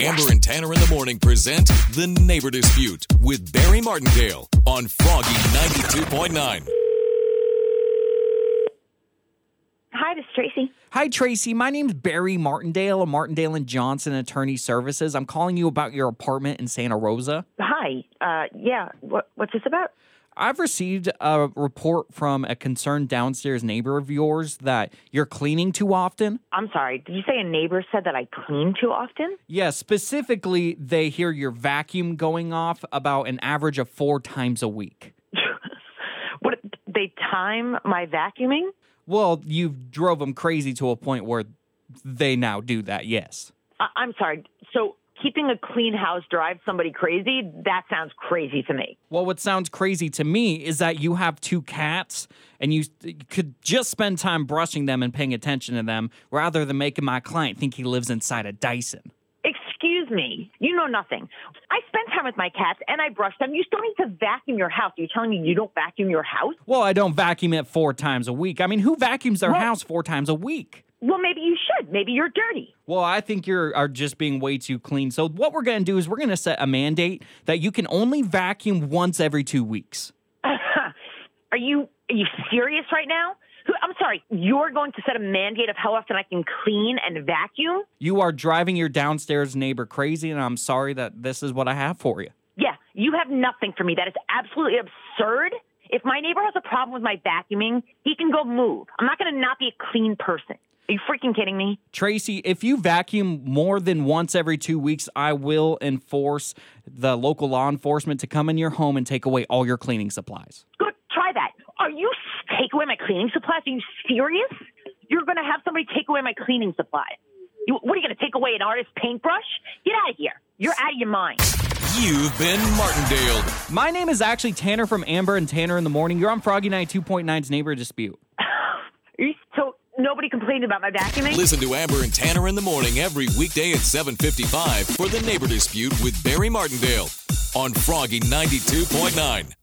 Amber and Tanner in the morning present The Neighbor Dispute with Barry Martindale on Froggy 92.9. Hi, this is Tracy. Hi, Tracy. My name's Barry Martindale of Martindale and Johnson Attorney Services. I'm calling you about your apartment in Santa Rosa. Hi. Uh, yeah. What, what's this about? I've received a report from a concerned downstairs neighbor of yours that you're cleaning too often. I'm sorry. Did you say a neighbor said that I clean too often? Yeah, specifically, they hear your vacuum going off about an average of four times a week. What? They time my vacuuming? Well, you've drove them crazy to a point where they now do that, yes. I, I'm sorry. So keeping a clean house drives somebody crazy? That sounds crazy to me. Well, what sounds crazy to me is that you have two cats and you s- could just spend time brushing them and paying attention to them rather than making my client think he lives inside a Dyson. Excuse me. You know nothing. I spend time with my cats and I brush them. You still need to vacuum your house. Are you telling me you don't vacuum your house? Well, I don't vacuum it four times a week. I mean, who vacuums their house four times a week? Well, maybe you should. Maybe you're dirty. Well, I think you are just being way too clean. So, what we're going to do is we're going to set a mandate that you can only vacuum once every two weeks. Are you are you serious right now? Who- I'm sorry. You're going to set a mandate of how often I can clean and vacuum? You are driving your downstairs neighbor crazy, and I'm sorry that this is what I have for you. Yeah, you have nothing for me. That is absolutely absurd. If my neighbor has a problem with my vacuuming, he can go move. I'm not going to not be a clean person. Are you freaking kidding me? Tracy, if you vacuum more than once every two weeks, I will enforce the local law enforcement to come in your home and take away all your cleaning supplies. Go try that. Are you take away my cleaning supplies? Are you serious? You're going to have somebody take away my cleaning supplies. You, what are you going to take away an artist's paintbrush? Get out of here. You're out of your mind. You've been Martindale. My name is actually Tanner from Amber and Tanner in the Morning. You're on Froggy Night 2.9's Neighbor Dispute. Are you- So nobody complained about my vacuuming? Listen to Amber and Tanner in the morning every weekday at 7:55 for The Neighbor Dispute with Barry Martindale on Froggy 92.9.